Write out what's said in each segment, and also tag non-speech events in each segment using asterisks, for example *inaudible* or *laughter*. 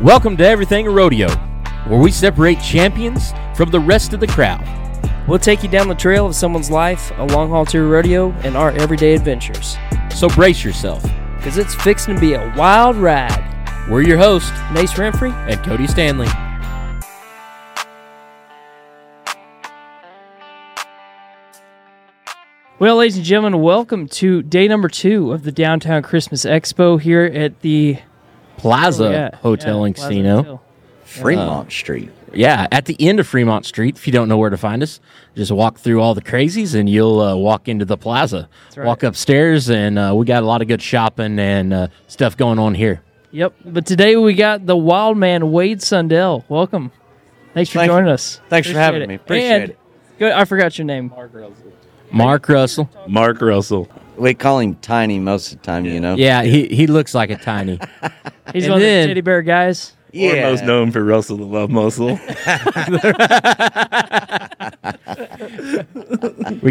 Welcome to Everything Rodeo, where we separate champions from the rest of the crowd. We'll take you down the trail of someone's life, a long haul tour rodeo, and our everyday adventures. So brace yourself. Because it's fixing to be a wild ride. We're your host Nace Renfrey, and Cody Stanley. Well, ladies and gentlemen, welcome to day number two of the Downtown Christmas Expo here at the Plaza Oh, yeah, Hotel yeah, and Plaza Casino. Hotel. Fremont Street. Yeah, at the end of Fremont Street. If you don't know where to find us, just walk through all the crazies and you'll uh, walk into the plaza. right. Walk upstairs, and uh, we got a lot of good shopping and uh, stuff going on here. Yep. But today we got the wild man, Wade Sundell. Welcome. Thanks for Thank- joining us. thanks for having me. Appreciate And- it. Go- I forgot your name. Mark Russell. Mark Russell. We call him Tiny most of the time, you know. Yeah, he, he looks like a tiny. He's And one of then- the teddy bear guys. We're most known for Russell the Love Muscle. *laughs* we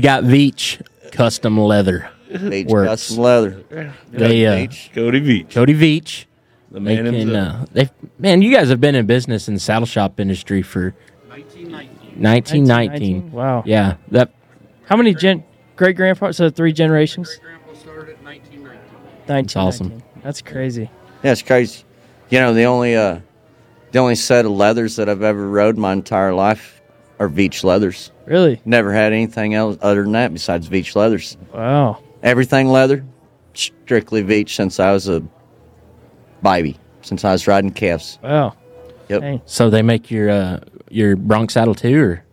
got Veach Custom Leather. Beach Works. custom leather. They uh, Beach. Cody Beach. Cody Veach. The They man can, himself. uh, they man, you guys have been in business in the saddle shop industry for 1919. 1919. Wow. Yeah, that How many gen great grandpa? So three generations. Great grandpa started at 1919. awesome. That's crazy. Yeah, it's crazy. You know, the only uh the only set of leathers that I've ever rode my entire life are Beach leathers. Really? Never had anything else other than that besides Beach leathers. Wow. Everything leather, strictly Beach since I was a baby, since I was riding calves. Wow. Yep. Dang. so they make your uh, your Bronx saddle too, or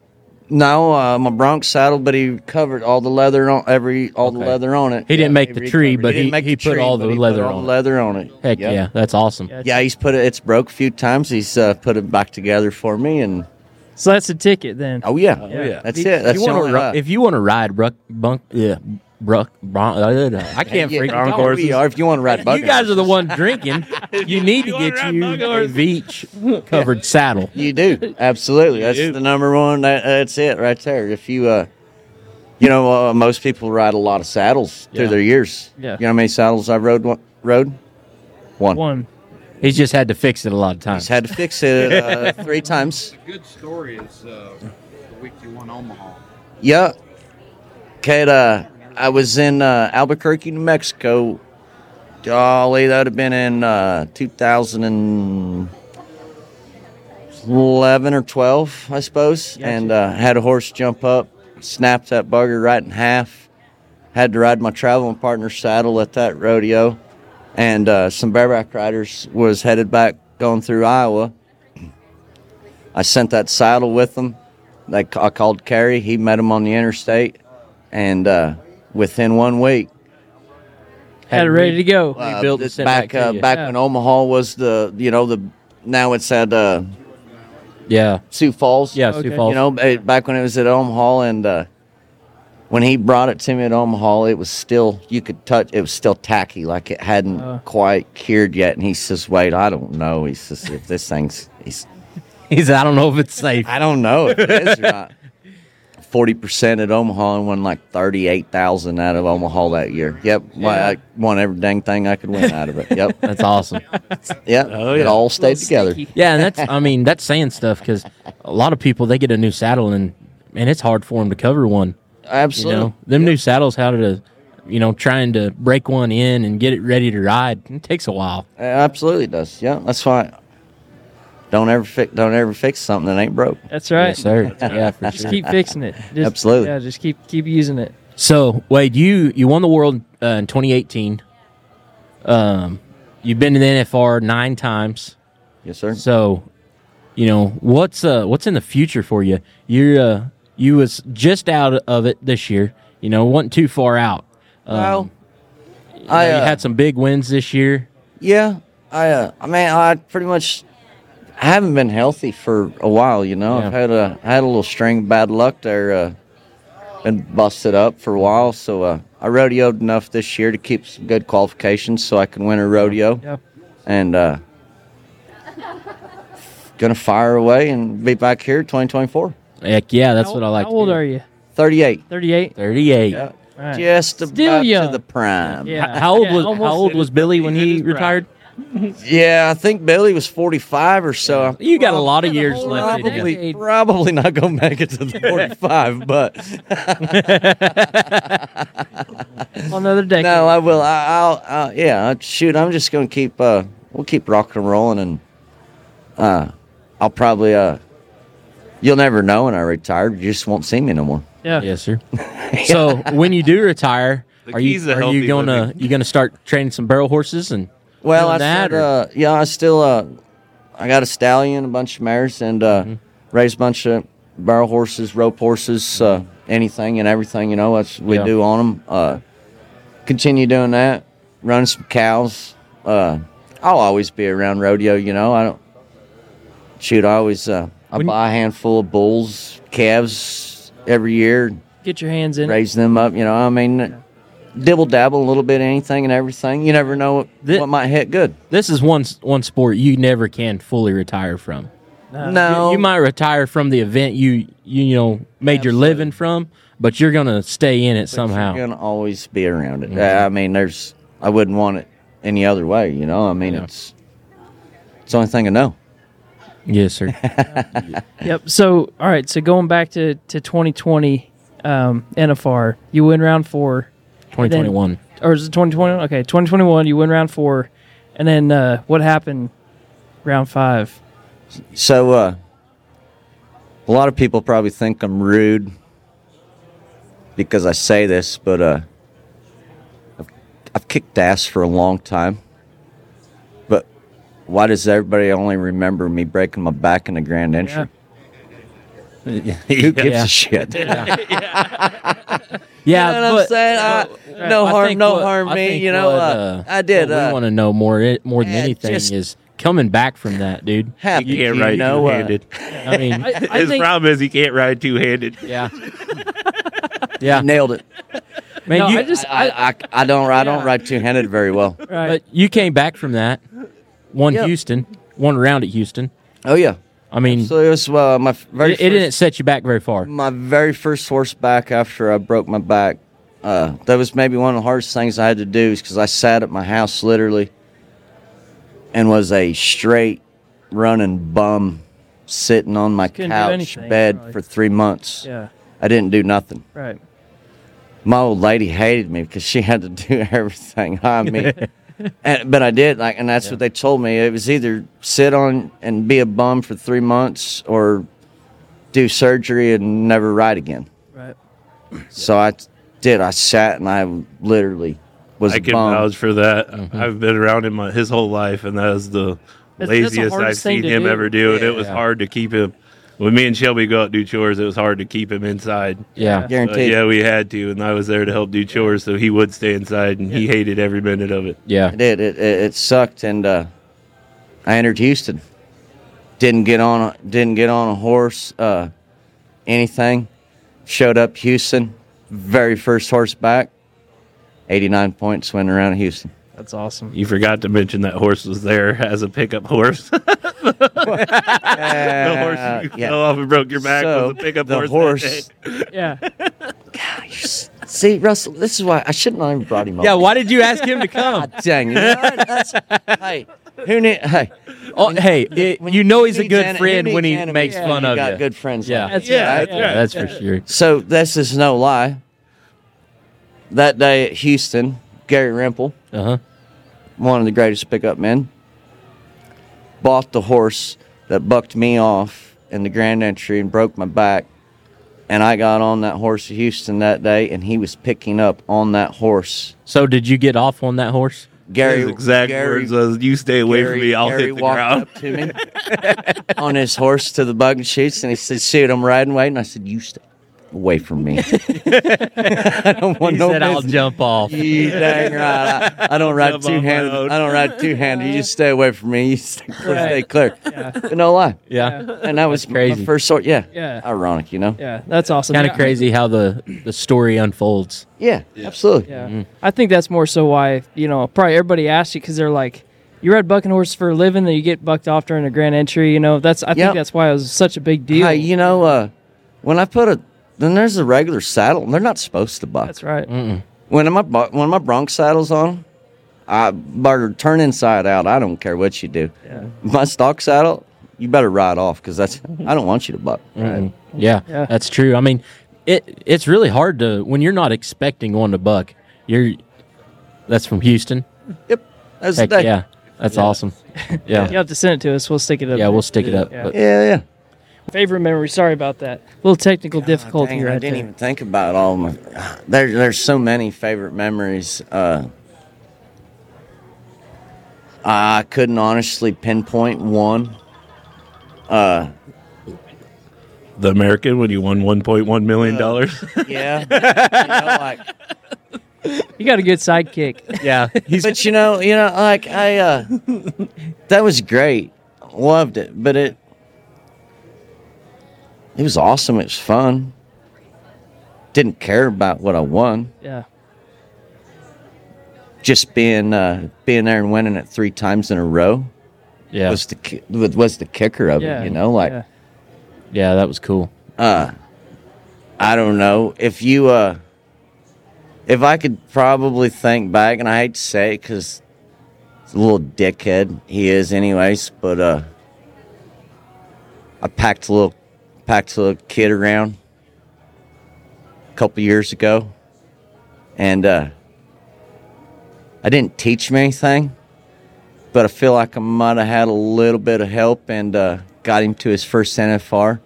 No, uh, my Bronx saddle, but he covered all the leather on every all the Okay. leather on it. He didn't make the tree, recovered- but he- didn't make he the put all but the he leather all on the it. leather on it. heck Yep. yeah, that's awesome. Yeah. yeah. He's put it. It's broke a few times. He's uh, put it back together for me, and So that's a ticket then. oh yeah, oh, yeah. that's it. That's you the wanna only. ri- uh, if you want to ride Bruck Bunk, yeah, Bruck Bron- uh, I can't yeah, freaking Bronc talk. oh, we are, if you want to ride, You guys are the one drinking. you need to get you a beach covered saddle. You *laughs* do absolutely. That's do. the number one. That, that's it right there. If you, uh, you know, uh, most people ride a lot of saddles Yeah. through their years. Yeah. You know how many saddles I rode? One, rode one. One. He's just had to fix it a lot of times. Just had to fix it uh, three times. A good story is uh, the week you won Omaha. Yeah. Kate, uh, I was in uh, Albuquerque, New Mexico. Golly, that would have been in uh, 2011 or 12, I suppose. And uh, had a horse jump up, snapped that bugger right in half. Had to ride my traveling partner's saddle at that rodeo. And uh, some bareback riders was headed back going through Iowa. I sent that saddle with them. They, I called Kerry. He met him on the interstate, and uh, within one week, Had it ready to go. uh, built and it's sent back back to uh, you. back Yeah. when Omaha was the you know the now it's at uh, Yeah, Sioux Falls. yeah, Okay. Sioux Falls. you know ba- back when it was at Omaha, and uh, when he brought it to me at Omaha, it was still you could touch. It was still tacky, like it hadn't Uh. quite cured yet. And he says, "Wait, I don't know." He says, "If this thing's," he's, *laughs* he said, I don't know if it's *laughs* safe. I don't know if it is or not. *laughs* Forty percent at Omaha and won like thirty-eight thousand out of Omaha that year. Yep, Why, I won every dang thing I could win out of it. Yep, *laughs* That's awesome. yep. It yeah. all stayed together. Yeah, and that's I mean that's saying stuff because a lot of people they get a new saddle and man it's hard for them to cover one. You Absolutely. know, them new saddles how to, you know, trying to break one in and get it ready to ride it takes a while. It absolutely does. Yeah, that's why. Don't ever fix. Don't ever fix something that ain't broke. That's right. Yes, sir. *laughs* Yeah, for Just sure. keep *laughs* fixing it. Just, Absolutely. Yeah, just keep keep using it. So Wade, you you won the world uh, in 2018. Um, you've been in the NFR nine times. Yes, sir. So, you know what's uh what's in the future for you? You're uh you was just out of it this year. You know, wasn't too far out. Um, Well, you, I, know, you uh, had some big wins this year. Yeah, I. Uh, I mean, I pretty much haven't been healthy for a while. You know, Yeah. I've had a had a little string of bad luck there. Uh, been busted up for a while, so uh, I rodeoed enough this year to keep some good qualifications, so I can win a rodeo. Yeah. And uh, gonna fire away and be back here 2024. Heck yeah, that's How- what I like. How old are you? 38. 38. Thirty-eight. Yeah. All right. Just Still about young. to the prime. Yeah. How, how old Yeah, was almost How old in was his- Billy when in he his prime. retired? Yeah, I think Billy was 45 or so. You got a lot of years whole left. in you. decade. Probably, probably not going to make it to the 45, but Another decade. no, I will. I, I'll, i yeah, I- shoot, I'm just going to keep, uh, we'll keep rocking and rolling and, uh, I'll probably, uh, you'll never know when I retire. You just won't see me no more. yeah. Yes, *laughs* sir. So when you do retire, The are you keys to are you healthy gonna living. you gonna start training some barrel horses and Well, doing I that, said, or- uh, yeah, I still, uh, I got a stallion, a bunch of mares, and uh, Mm-hmm. raised a bunch of barrel horses, rope horses, uh, anything and everything. You know, that's we Yeah. do on them. Uh, continue doing that. Running some cows. Uh, I'll always be around rodeo. You know, I don't shoot. I always uh, I When- buy a handful of bulls, calves every year Get your hands in. it. raise them up. You know, I mean, dibble dabble a little bit, anything and everything. You never know what, Thi- what might hit good. this is one s- one sport you never can fully retire from. no, Uh, You, you might retire from the event you you, you know made your living from, but you're gonna stay in it somehow. Mm-hmm. you're gonna always be around it. I mean, there's I wouldn't want it any other way. You know, I mean, it's it's the only thing I know. Yes, *laughs* sir. Yep. So, all right. So going back to, to 2020 um, NFR, you win round four. Twenty twenty one. Or is it 2021? Okay, 2021, you win round four. And then uh, what happened round five? So, uh, a lot of people probably think I'm rude because I say this, but uh, I've, I've kicked ass for a long time. But why does everybody only remember me breaking my back in the grand entry? *laughs* Who gives Yeah. a shit? Yeah, You know what I'm but- saying? I- no I harm, think no what- harm I me. think You know, what, uh, I did. What we uh, want to know more it, more than yeah, anything just- is coming back from that, dude. happy. He can't you ride know, uh, two-handed. *laughs* I mean, I, I His think, problem is he can't ride two-handed. *laughs* yeah, yeah, nailed it. man. No, you I just- I, I, I don't. I don't ride two-handed very well. right, but you came back from that. One Yeah. Houston, one round at Houston. Oh yeah. I mean, So it was uh, my f- very. it, it first- didn't set you back very far. my very first horseback after I broke my back. Uh, that was maybe one of the hardest things I had to do because I sat at my house literally and was a straight running bum sitting on my Couldn't do couch anything, bed probably. for three months. yeah, I didn't do nothing. right. My old lady hated me because she had to do *laughs* everything. I mean, and, but I did like, and that's what they told me. It was either sit on and be a bum for three months or do surgery and never ride again. Right. So I t- did. I sat and I literally was I a Mm-hmm. can bum. vouch for that. I've been around him uh, his whole life, and that is the that's the laziest I've hardest thing seen to him do. ever do. And it was Yeah. hard to keep him. When me and Shelby go out and do chores, it was hard to keep him inside. Yeah, Yeah. But Guaranteed. yeah, we had to, and I was there to help do chores, so he would stay inside, and he hated every minute of it. yeah, I did. It, it, it sucked, and uh, I entered Houston. Didn't get on. A, didn't get on a horse. Uh, anything. Showed up Houston, very first horseback. Eighty nine points. Went around *laughs* Houston. That's awesome. You forgot to mention that horse was there *laughs* as a pickup horse. the horse you Uh, yeah. fell off and broke your back So, was a pickup the horse. that day. horse. Yeah. *laughs* See, Russell, this is why I shouldn't have even brought him. yeah. over. Why did you ask him to come? *laughs* Dang. You know what? That's, hey, who need? Hey, *laughs* oh, hey, it- when you know he's a meet good an- friend meet when he an enemy, makes you fun of got you. Good friends. Yeah. like That's right. Yeah, that's yeah. right. that's for sure. So this is no lie. That day at Houston, Gary Rimple, Uh huh. one of the greatest pickup men, bought the horse that bucked me off in the grand entry and broke my back. And I got on that horse at Houston that day, and he was picking up on that horse. So did you get off on that horse? *laughs* Gary, His exact Gary, words was, "You stay away from me. I'll hit the walked ground." up to me on his horse to the bug and shoots, and he said, "Shoot, I'm riding away." And I said, "You stay away from me. *laughs* I don't want He no said, "I'll business." jump off." You dang right. I, I don't ride Jump on my two handed. own. I don't ride two handed. You just stay away from me. You stay, stay clear. But no lie. Yeah, And that was crazy. my first sort. Yeah. Yeah. Ironic, you know. Yeah. That's awesome. kind Yeah. of crazy how the the story unfolds. Yeah. Absolutely. Yeah. I think that's more so why, you know, probably everybody asked you because they're like, you ride bucking horses for a living, then you get bucked off during a grand entry. You know, that's, I think Yep. that's why it was such a big deal. Hey, you know, uh, when I put a then there's a regular saddle. They're not supposed to buck. that's right. When my bu- when my Bronx saddles on, I burger turn inside out. I don't care what you do. My stock saddle, you better ride off because that's I don't want you to buck. Mm-mm. Yeah, Yeah. that's true. I mean, it it's really hard to when you're not expecting one to buck. You're that's from Houston. Yep, that's Heck the day. yeah, that's awesome. Yeah, You have to send it to us. We'll stick it up. yeah, we'll stick it up. Yeah. but- yeah, yeah. Favorite memory. Sorry about that. little technical difficulty Dang, right I didn't there. even think about all my. *sighs* There, there's so many favorite memories. Uh, I couldn't honestly pinpoint one. The American when you won one point one Uh, million *laughs* dollars. Yeah, you know, like, You got a good sidekick. yeah, he's *laughs* but you know, you know, like I, uh, that was great. Loved it, but it, it was awesome. It was fun. Didn't care about what I won. yeah. Just being uh, being there and winning it three times in a row. yeah, was the ki- was was the kicker of Yeah. it. You know, like yeah. yeah. That was cool. I don't know if you uh if I could probably think back, and I hate to say it because a little dickhead he is, anyways. But uh, I packed a little packed a little kid around a couple years ago, and uh, I didn't teach him anything. But I feel like I might have had a little bit of help and uh, got him to his first NFR.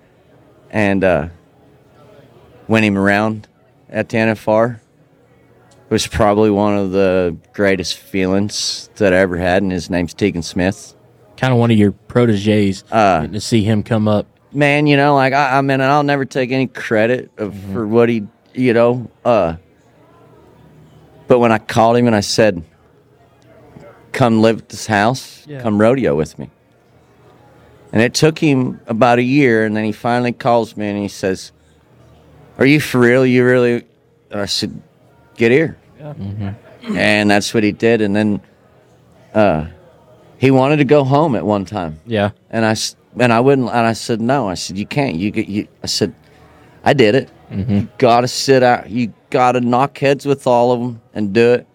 And uh, win him around at the NFR was probably one of the greatest feelings that I ever had, and his name's Tegan Smith. Kind of one of your proteges Uh, getting to see him come up. Man, you know, like I, I mean, I'll never take any credit of, Mm-hmm. for what he, you know. Uh, but when I called him and I said, "Come live at this house, Yeah. come rodeo with me," and it took him about a year, and then he finally calls me and he says, "Are you for real? You really?" And I said, "Get here." Yeah. and that's what he did. And then uh, he wanted to go home at one time, Yeah, and I s- and I wouldn't. And I said no. I said you can't. You get you. I said I did it. You gotta sit out. You gotta knock heads with all of them and do it.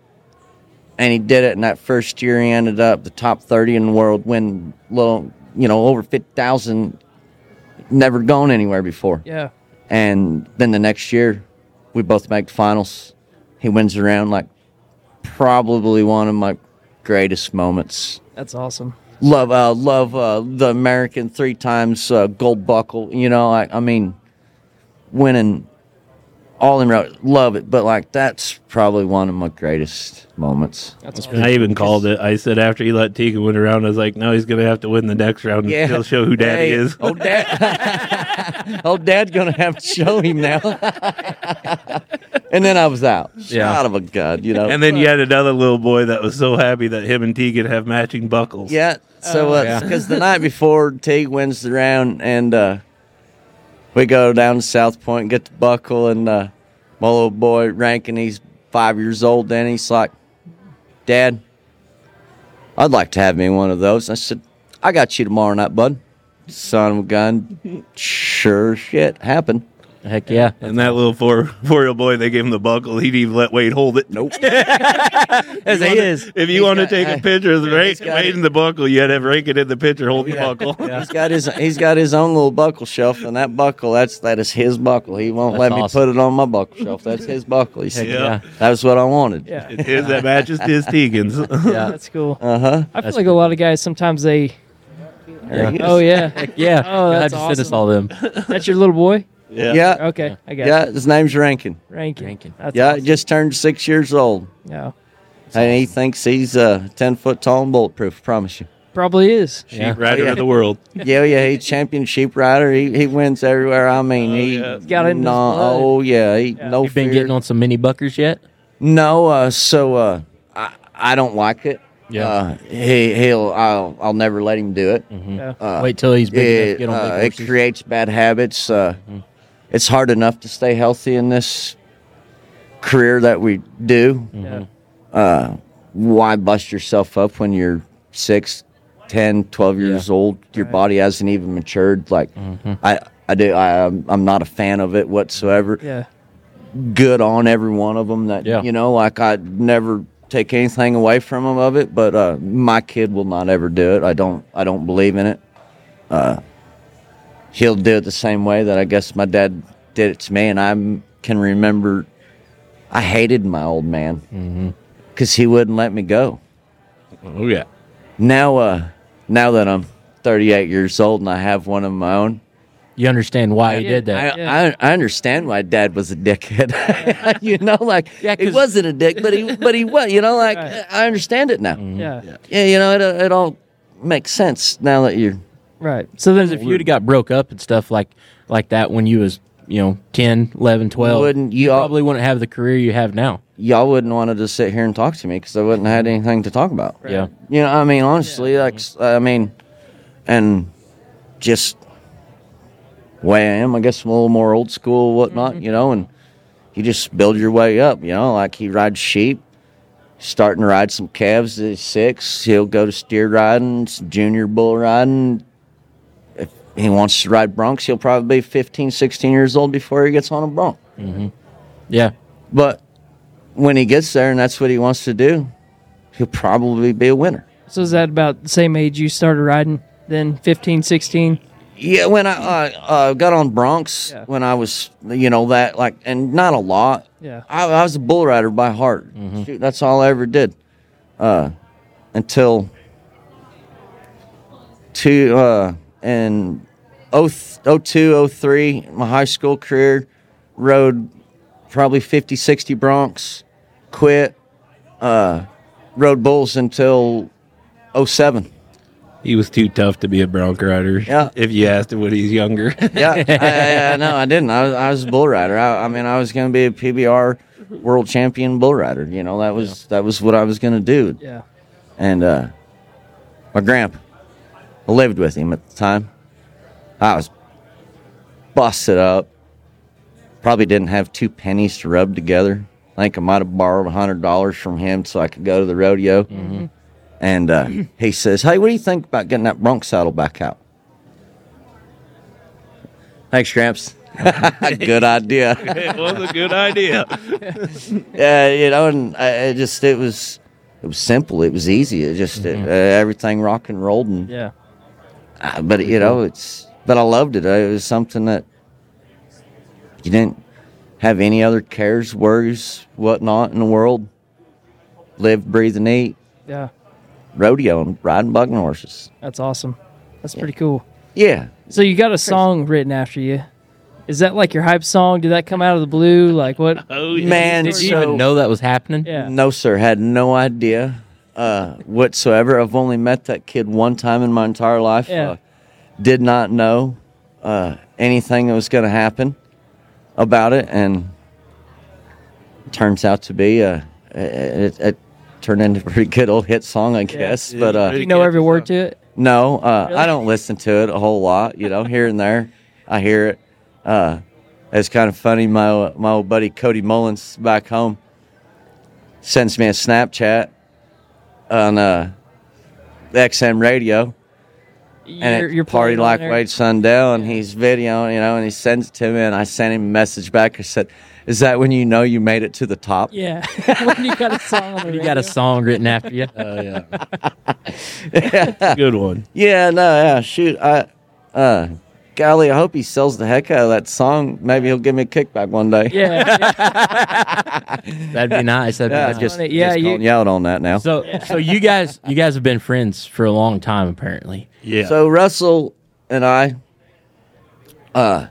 And he did it. And that first year, he ended up the top thirty in the world, win little, you know, over fifty thousand. Never gone anywhere before. Yeah. And then the next year, we both make finals. He wins around like probably one of my greatest moments. That's awesome. Love, uh, love uh, the American three times uh, gold buckle. You know, I, I mean, winning all in row, love it. But like, that's probably one of my greatest moments. That's, awesome. I even called it. I said after he let Tegan win around, I was like, no, he's gonna have to win the next round. and He'll show who daddy Hey, Oh, is. Old dad. *laughs* old dad's gonna have to show him now. *laughs* and then I was out. Yeah. Shot of a gun, you know. *laughs* And then you had another little boy that was so happy that him and Tegan have matching buckles. Yeah. So, Oh, yeah. because the night before, Teague wins the round, and uh, we go down to South Point and get the buckle, and uh, my little boy Rankin, he's five years old, and he's like, "Dad, I'd like to have me one of those." I said, "I got you tomorrow night, bud." Son of a gun, sure shit happened. heck yeah. And that little four four year old boy, they gave him the buckle. He'd even let Wade hold it. *laughs* Nope. As he it wanna- is. If He's you want to got- take I- a picture of Ra- he's got Wade it. in the buckle, you had to have Rankin in the picture holding the *laughs* buckle. He's got his he's got his own little buckle shelf, and that buckle that's that is his buckle. He won't That's let awesome. me put it on my buckle shelf. That's his buckle. He said, Yeah. *laughs* Yeah. "That was what I wanted." Yeah. It's his that matches to his *laughs* *laughs* Tegan's. Yeah. That's cool. Uh huh. I feel like a lot of guys sometimes they. Yeah. Oh *laughs* yeah, Heck yeah. Oh, God that's just sent us awesome. all them. that's your little boy. Yeah. yeah. Yeah. Okay, I got it. His name's Rankin. Rankin. Rankin. That's yeah. awesome. Just turned six years old, yeah, and he thinks he's uh, ten foot tall and bulletproof. *laughs* Promise you. probably is. Sheep Yeah. rider Oh, yeah. of the world. Yeah, yeah. He's champion sheep rider. He he wins everywhere. I mean, Oh, he yeah. He's got it in his no- blood. Oh yeah. He, Yeah. No You've been fear. getting on some mini buckers yet? No, uh, so uh, I I don't like it. Yeah. Uh, he he'll I'll I'll never let him do it. Yeah. Uh, Wait till he's big enough to it, get on uh, big it horses. Mm-hmm. creates bad habits. Uh, It's hard enough to stay healthy in this career that we do. Yeah. Mm-hmm. Why bust yourself up when you're six, 10, 12 years old? Your body hasn't even matured. Like, I, I do. I, I'm- I'm not a fan of it whatsoever yeah, good on every one of them that Yeah. you know like i never take anything away from him of it, but uh, my kid will not ever do it. I don't. I don't believe in it. Uh, he'll do it the same way that I guess my dad did it to me, and I can remember. I hated my old man because he wouldn't let me go Oh yeah. now uh now that I'm 38 years old and I have one of my own, You understand why he Yeah. did that? I, Yeah. I I understand why Dad was a dickhead. *laughs* you know, like Yeah, he 'cause- wasn't a dick, but he but he was. You know, like Right. I understand it now. Yeah. Yeah, you know, it uh, it all makes sense now that you're. Right. So then, if you'd have got broke up and stuff like like that when you was you know 10 11 12 Wouldn't you all- probably wouldn't have the career you have now Y'all wouldn't want to just sit here and talk to me because I wouldn't have had anything to talk about. Right. yeah You know, I mean, honestly, like, s- I mean, and just way I am, I guess, I'm a little more old school, whatnot, you know, and you just build your way up, you know, like he rides sheep, starting to ride some calves at six. He'll go to steer riding, some junior bull riding. If he wants to ride broncs, he'll probably be 15, 16 years old before he gets on a bronc. yeah But when he gets there and that's what he wants to do, he'll probably be a winner. so is that about the same age you started riding? Then 15, 16? Yeah, when I uh, uh, got on Bronx, Yeah. when I was, you know, that like, and not a lot. Yeah. I, I was a bull rider by heart. Shoot, that's all I ever did. Uh, until two uh, and oh th- oh two oh three, my high school career, rode probably 50, 60 Bronx, quit, uh, rode bulls until oh seven. He was too tough to be a bronc rider. Yeah. If you asked him when he's younger. *laughs* *laughs* yeah, I, I, I, no, I didn't. I was, I was a bull rider. I, I mean, I was going to be a PBR world champion bull rider. You know, that was that was what I was going to do. Yeah. And uh, my grandpa, I lived with him at the time. I was busted up. Probably didn't have two pennies to rub together. I think I might have borrowed a hundred dollars from him so I could go to the rodeo. And uh, he says, "Hey, what do you think about getting that bronc saddle back out?" Thanks, Gramps. *laughs* Good *laughs* idea. it was a good idea. Yeah, you know, and I, I just it was it was simple. It was easy. It just uh, everything rock and rolled and Yeah. uh, but you know it's but i loved it it was something that you didn't have any other cares worries whatnot in the world live breathe and eat Yeah. rodeo and riding bucking horses That's awesome. That's pretty cool. yeah So you got a song written after you. Is that like your hype song? Did that come out of the blue? Like what? Oh yeah. man did you so- even know that was happening Yeah. no sir had no idea uh, whatsoever i've only met that kid one time in my entire life Yeah. uh, did not know uh, anything that was going to happen about it and turns out to be uh, it, it, it turned into a pretty good old hit song i guess it but is. uh, You know every word to it? no uh, i don't listen to it a whole lot you know here and there i hear it uh, it's kind of funny my, my old buddy cody mullins back home sends me a snapchat on uh, xm radio and You're- it- you're party playing on like there. Wade Sundown. And he's videoing, you know, and he sends it to me, and I sent him a message back. I said, "Is that when you know you made it to the top?" Yeah. *laughs* when you got a song on the you got a song written after you Oh *laughs* yeah. Good one. Yeah, no, yeah, shoot, I, uh, golly, I hope he sells the heck out of that song. Maybe he'll give me a kickback one day. Yeah. *laughs* yeah. that'd be nice that'd yeah, be I nice. just, funny. Yeah, just you- calling you out on that now. So, so so you guys you guys have been friends for a long time apparently Yeah. Russell and I, uh,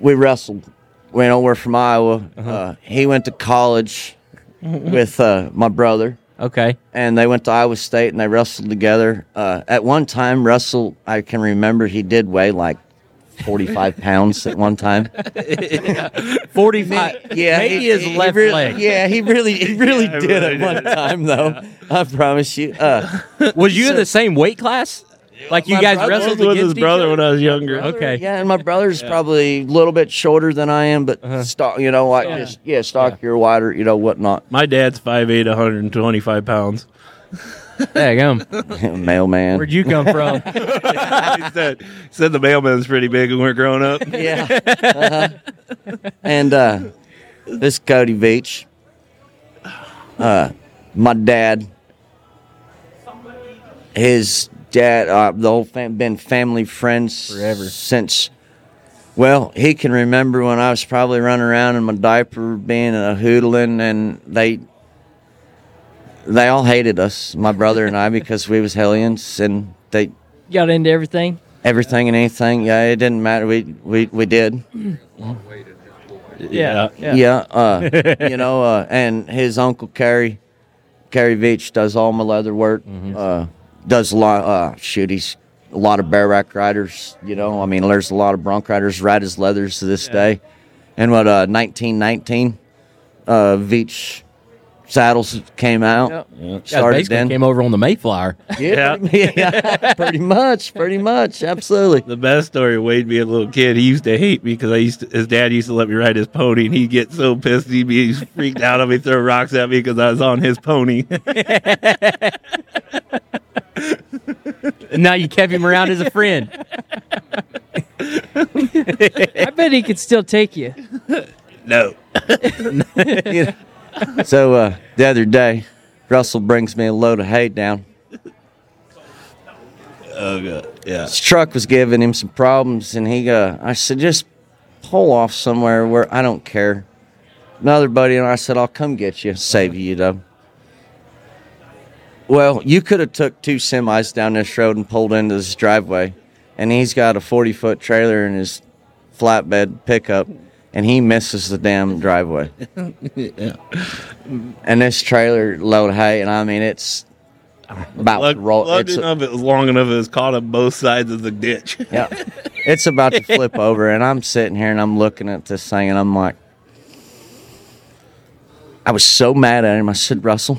we wrestled. We know we're from Iowa. uh he went to college with uh, my brother. okay and they went to Iowa State and they wrestled together. Uh, at one time, Russell, I can remember he did weigh like 45 pounds at one time. 45 *laughs* Yeah, maybe he, his he left really- leg Yeah, he really, he really Yeah, I did really at one did. time though. I promise you. Uh, was you in the same weight class like you My guys brother I was wrestled with his against each brother other when I was younger. *laughs* okay yeah, and my brother's probably a little bit shorter than I am, but stock, you know, like just yeah, stockier, wider, you know, whatnot. *laughs* My dad's 5'8", 125 pounds. there you go Mailman. where'd *laughs* you come from *laughs* he said, he said the mailman's pretty big when we were growing up. Yeah. Uh-huh. And uh, this Cody Beach. Uh, my dad, his dad, uh, the whole fam- been family friends Forever. since. Well, he can remember when I was probably running around in my diaper, being a hoodlin, and they they all hated us, my brother and I, because we was hellions, and they Got into everything. everything and anything. Yeah, it didn't matter. We we we did. Yeah. Yeah. uh, you know, uh, and his uncle Kerry, Kerry Veach does all my leather work. Uh, does a lot. Uh, shoot, he's a lot of bareback riders. You know, I mean, there's a lot of bronc riders ride his leathers to this day. And what uh, 1919, uh, Veach saddles came out. Yep. Yeah, Started basically then. came over on the Mayflower. Yeah, *laughs* yeah, pretty much, pretty much, absolutely. *laughs* The best story, Wade being a little kid, he used to hate me because I used to, his dad used to let me ride his pony, and he'd get so pissed, he'd be he's freaked out of me, throw rocks at me because I was on his pony. *laughs* And now you kept him around as a friend. I bet he could still take you. Mm-hmm. no, You know? so uh, the other day, Russell brings me a load of hay down. oh god, yeah, His truck was giving him some problems, and he uh, I said, just pull off somewhere where I don't care. Another buddy and I said, I'll come get you, save you though. Well, you could have took two semis down this road and pulled into this driveway, and he's got a forty foot trailer in his flatbed pickup, and he misses the damn driveway. And this trailer load of hay, and I mean it's about Luck, to roll. luck It's, enough it was long enough it was caught on both sides of the ditch. *laughs* yeah. It's about to flip over, and I'm sitting here and I'm looking at this thing, and I'm like, I was so mad at him. I said, Russell,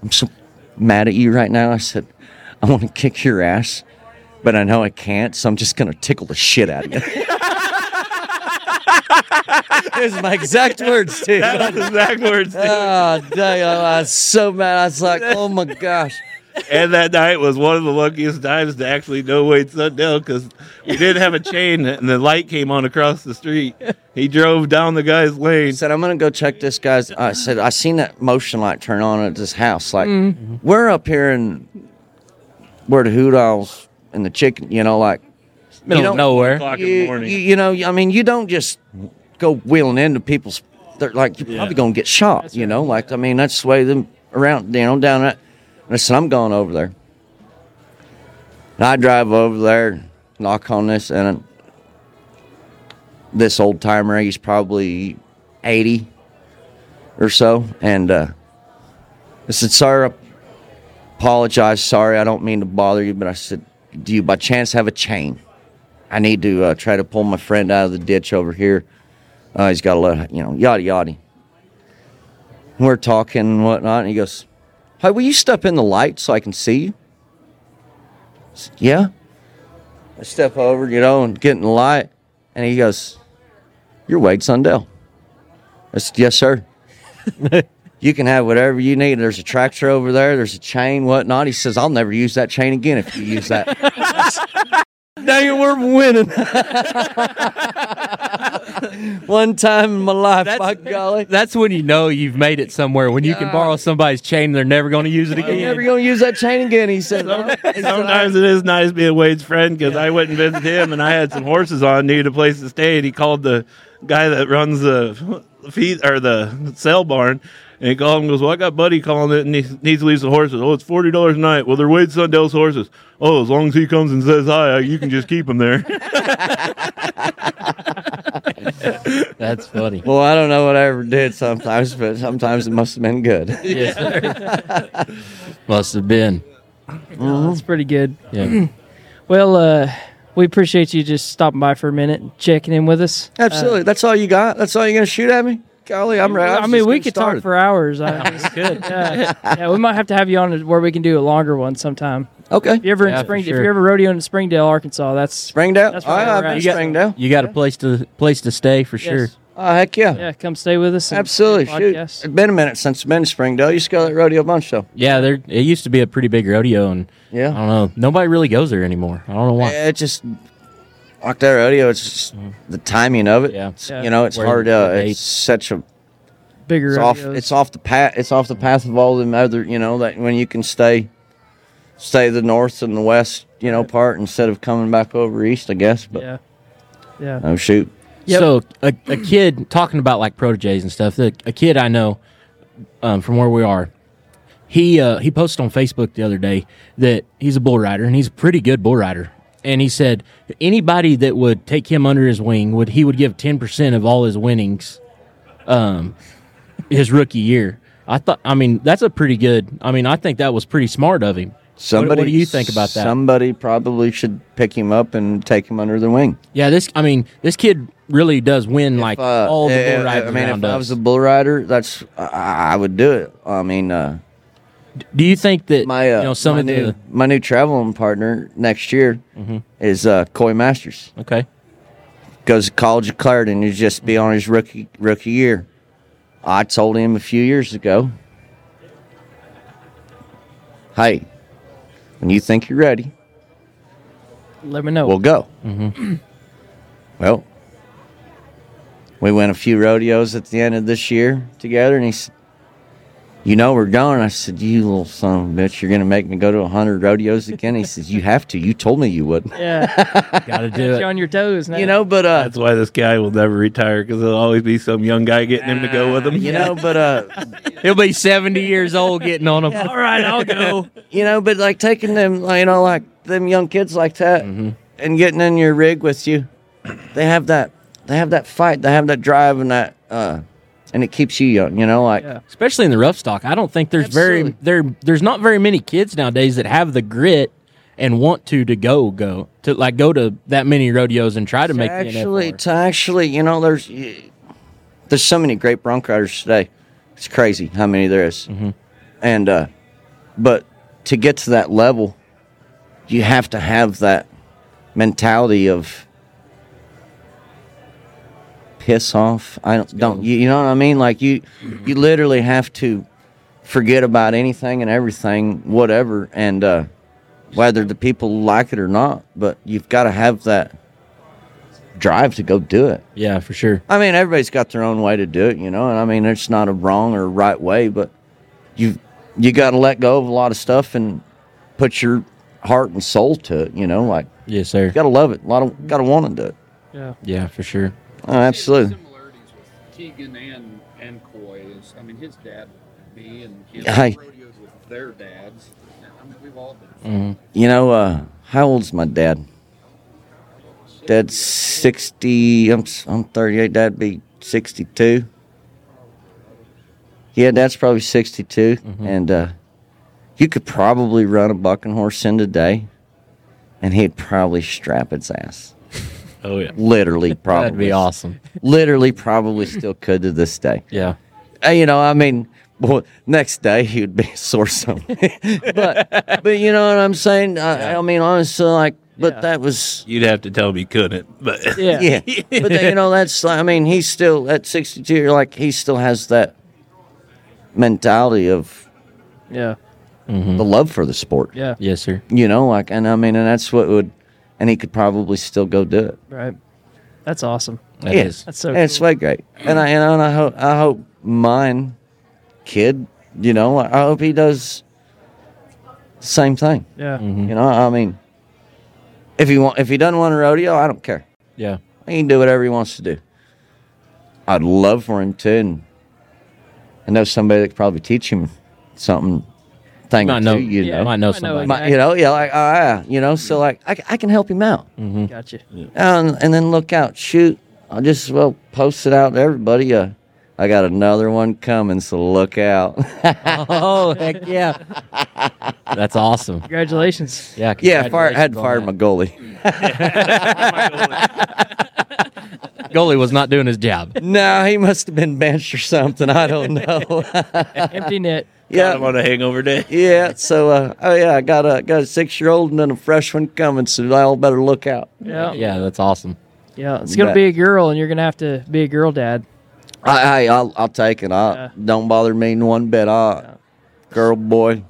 I'm so mad at you right now. I said, I want to kick your ass, but I know I can't, so I'm just going to tickle the shit out of you. *laughs* Those are my exact words, too. That's the exact *laughs* words. Oh, dang, I was so mad. I was like, oh my gosh. and that night was one of the luckiest times to actually know Wade Sundell because we didn't have a chain and the light came on across the street. He drove down the guy's lane. He said, I'm gonna go check this guy's. I said, I seen that motion light turn on at this house. Like, we're up here in where the hoot owls and the chicken, you know, like, Middle don't- of nowhere. O'clock in the you, morning. you, you know, I mean, you don't just go wheeling into people's, they're like, you're probably gonna get shot, you know, like, I mean, that's the way them around, you know, down that. And I said, I'm going over there. And I drive over there, knock on this, and this old timer, he's probably 80 or so. And uh, I said, Sir, I apologize. Sorry, I don't mean to bother you, but I said, Do you by chance have a chain? I need to uh, try to pull my friend out of the ditch over here. Uh, he's got to let, you know, yada yada. And we're talking and whatnot, and he goes, Hey, will you step in the light so I can see you? I said, yeah. I step over, you know, and get in the light, and he goes, You're Wade Sundell. I said, Yes, *laughs* sir. you can have whatever you need. There's a tractor over there, there's a chain, whatnot. He says, I'll never use that chain again if you use that. *laughs* Now you're we're winning. *laughs* One time in my life, by golly. That's when you know you've made it somewhere. When you can borrow somebody's chain, and they're never going to use it I'm never again. gonna use that chain again. He *laughs* said. Sometimes it is nice being Wade's friend because I went and visited him, and I had some horses on, needed a place to stay, and he called the guy that runs the feed or the sale barn, and he called him and goes, "Well, I got Buddy calling it, and he needs to leave some horses. Oh, it's forty dollars a night. Well, they're Wade Sundell's horses. Oh, as long as he comes and says hi, you can just keep them there. That's funny. Well, I don't know what I ever did sometimes, but sometimes it must have been good. Yes, Must have been. Oh, That's pretty good. Yeah. Well, uh, we appreciate you just stopping by for a minute and checking in with us. Absolutely. That's all you got. That's all you're gonna shoot at me. Golly, I'm ready. I, was mean, just we getting could started. talk for hours. *laughs* I, *laughs* yeah, yeah, we might have to have you on where we can do a longer one sometime. If Okay. you're ever Yeah, in for Spring, if sure. you're ever rodeoing in Springdale, Arkansas, that's Springdale. That's Oh, where yeah, we're I've been at. Yeah. Springdale. You got a place to place to stay for sure. Yes. Oh, heck yeah. Yeah, come stay with us. and- Absolutely. and Shoot. podcast. It's been a minute since I've been to Springdale. You used to go to that rodeo bunch though. Yeah, there it used to be a pretty big rodeo, and Yeah. I don't know. Nobody really goes there anymore. I don't know why. Yeah, it just like that rodeo. It's just the timing of it. Yeah. It's- Yeah. Mm-hmm. you know, it's Where hard. the Uh, date. it's such a bigger It's off. rodeos. It's off the path. It's off the path of all the other. You know that when you can stay, stay the north and the west. You know part instead of coming back over east. I guess. But yeah, yeah. oh shoot, Yep. So a, a kid talking about like proteges and stuff. The, a kid I know um, from where we are, he uh, he posted on Facebook the other day that he's a bull rider and he's a pretty good bull rider. And he said anybody that would take him under his wing would he would give ten percent of all his winnings, um, his rookie year. I thought. I mean, that's a pretty good. I mean, I think that was pretty smart of him. somebody. What, what do you think about that? Somebody probably should pick him up and take him under the wing. yeah. This. I mean, this kid really does win like Uh, all the eh, eh, bull riders I mean, around if I us. was a bull rider, that's I, I would do it. I mean, uh, Do you think that my uh, you know some my of new the Mm-hmm. my new traveling partner next year is uh, Coy Masters. okay? Clarendon to just be on his rookie rookie year. I told him a few years ago, "Hey, when you think you're ready, Let me know. we'll go." Well, we went a few rodeos at the end of this year together, and he said, "You know we're going." I said, "You little son of a bitch, you're gonna make me go to hundred rodeos again." He says, "You have to. You told me you would." yeah, Got to *laughs* do *laughs* you're it. on your toes now. You know, but uh, That's why this guy will never retire because there'll always be some young guy getting him to go with him. you know, but uh, He'll be seventy years old getting on them. All right, I'll go. you know, but like taking them, like, you know, like them young kids like that, and getting in your rig with you, they have that, they have that fight, they have that drive, and that, uh, and it keeps you young. You know, like Yeah. Especially in the rough stock, I don't think there's very Absolutely. there. There's not very many kids nowadays that have the grit and want to to go go to like go to that many rodeos and try to to make actually, the NFR. to actually, you know, there's, there's so many great bronc riders today. It's crazy how many there is. Mm-hmm. and uh, but to get to that level, you have to have that mentality of piss off. I don't, don't you, you know what I mean? Like you, you literally have to forget about anything and everything, whatever, and uh, whether the people like it or not. But you've got to have that drive to go do it. yeah, for sure. I mean, everybody's got their own way to do it, you know, and I mean, it's not a wrong or right way, but you you got to let go of a lot of stuff and put your heart and soul to it, you know, like Yes, sir. you got to love it, a lot of got to want to do it. yeah. Yeah, for sure. Oh, absolutely. Similarities with Keegan and and Coy is, I mean, his dad, me and him, Aye. rodeos with their dads. I mean, we've all been. You know, uh, how old's my dad? Dad's 60, I'm, s- I'm 38, dad'd be 62. Yeah, dad's probably 62. Mm-hmm. And uh, you could probably run a bucking horse in today, and he'd probably strap its ass. Oh yeah. Literally, *laughs* probably. That'd be awesome. Literally, probably still could to this day. Yeah. Uh, you know, I mean, well, next day he would be *laughs* sore something. but but you know what I'm saying? I, I mean, honestly, like, but Yeah. that was You'd have to tell me you couldn't, but Yeah. yeah. but then, you know, that's I mean, he's still at 62. You're like he still has that mentality of Yeah. the love for the sport. Yeah. Yes, sir. You know, like, and I mean, and that's what would, and he could probably still go do it. Right. That's awesome. That Yeah. is- That's so And it's cool. way great. And I and I, and I hope I hope mine kid, you know, I hope he does the same thing. Yeah. You know, I mean, if he want, if he doesn't want a rodeo, I don't care. Yeah. He can do whatever he wants to do. I'd love for him to, and I know somebody that could probably teach him something. Thing Might or know. two, you yeah, know, Might know Might know somebody. *laughs* exactly. My- you know, yeah, like ah, you know, so like I, c- I can help him out, Gotcha. and, and then look out, shoot, I'll just as well post it out to everybody. Uh, I got another one coming, so look out. Oh heck *laughs* yeah. That's awesome. *laughs* Congratulations. Yeah. yeah, fire, I had congratulations on fired that. my goalie. goalie was not doing his job. no, he must have been benched or something. I don't know. Empty net. yeah. *laughs* yeah, I'm on a hangover day. Yeah, so uh, oh yeah, I got a got a six year old and then a fresh one coming, so y'all better look out. Yeah. Yeah. Yeah, that's awesome. It's gonna bet. be a girl, and you're gonna have to be a girl dad. I, I I'll, I'll take it. I Yeah. don't bother me in one bit. I girl boy,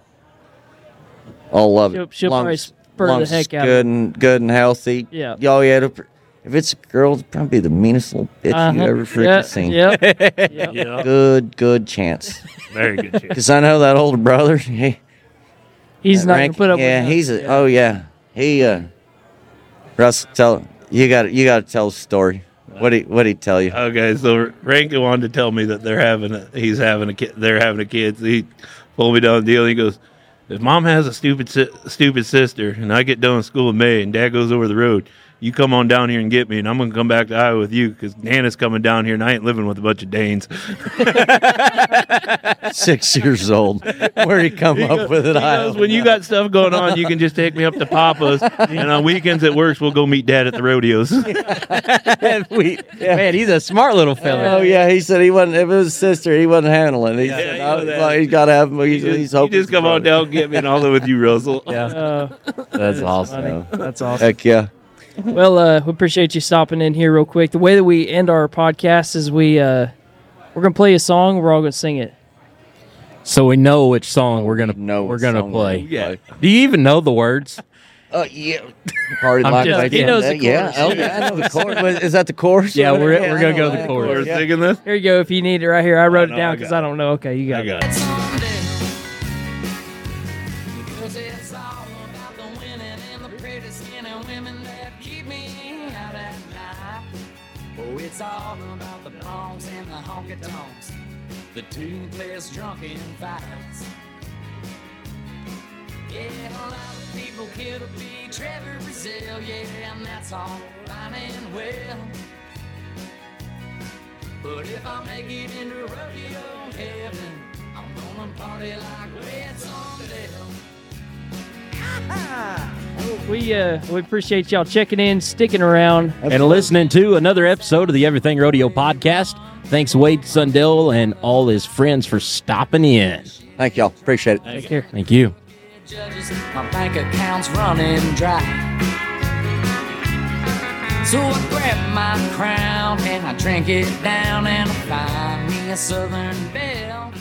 I love it. She'll- she'll Lungs- probably spur the lungs is heck out of Good and good and healthy. Yeah. Y'all yeah. the pr- If it's a girl, it's probably the meanest little bitch Uh-huh. you ever freaking yeah, seen. *laughs* Yep. Yeah, Good, good chance. very good. Chance. Because I know that older brother. *laughs* He, He's that not going rank- to put up Yeah, with that. he's a. Oh yeah, he. uh Russ, tell you got you got to tell the story. What he what he tell *laughs* you? Okay, so Rankin wanted to tell me that they're having a, he's having a kid, they're having a kid. So he pulled me down the deal. And he goes, if mom has a stupid si- stupid sister, and I get done with school in May, and dad goes over the road, you come on down here and get me, and I'm gonna come back to Iowa with you because Nana's coming down here, and I ain't living with a bunch *laughs* of Danes. Six years old. Where he come up with it? He I goes, don't when you got stuff going on, you can just take me up *laughs* to Papa's, and on weekends at works, we'll go meet dad at the rodeos. we, *laughs* Man, he's a smart little fella. Oh yeah, he said he wasn't. If it was his sister, he wasn't handling. It. He said, you "I- know that. well, he's got to have him. He's, *laughs* You just, he's you hoping. just for come on brother." down, get me, and I'll live with you, Russell. Yeah, Uh, that's funny. awesome. that's awesome. Heck yeah. Well, uh, we appreciate you stopping in here real quick. The way that we end our podcast is we uh, we're gonna play a song. We're all gonna sing it. So we know which song we're gonna No, we're gonna play. Yeah. Do you even know the words? Oh yeah. Party I'm like just- right he there. knows the yeah. chorus. Oh, yeah, I know the *laughs* chorus. Was- Is that the chorus? Yeah, we're- we're I gonna know go the that chorus. We're Yeah. singing this. Here you go. If you need it right here, I wrote no, it down I because got I it. don't know. Okay, you got I it. got it. Cause it's all about the winning and the pretty skinny women that keep me out at night. Oh, it's all about the bombs and the honky tonks, the toothless drunken fights. Yeah, a lot of people kill to be Trevor Brazil, yeah, and that's all fine and well. But if I make it into rodeo heaven, I'm gonna party like red Sunday. We uh, we appreciate y'all checking in, sticking around. and listening to another episode of the Everything Rodeo podcast. Thanks, Wade Sundell and all his friends for stopping in. Thank y'all. Appreciate it. Take care. Thank you. judges, my bank account's running dry. So I grab my crown and I drink it down and I find me a southern belle.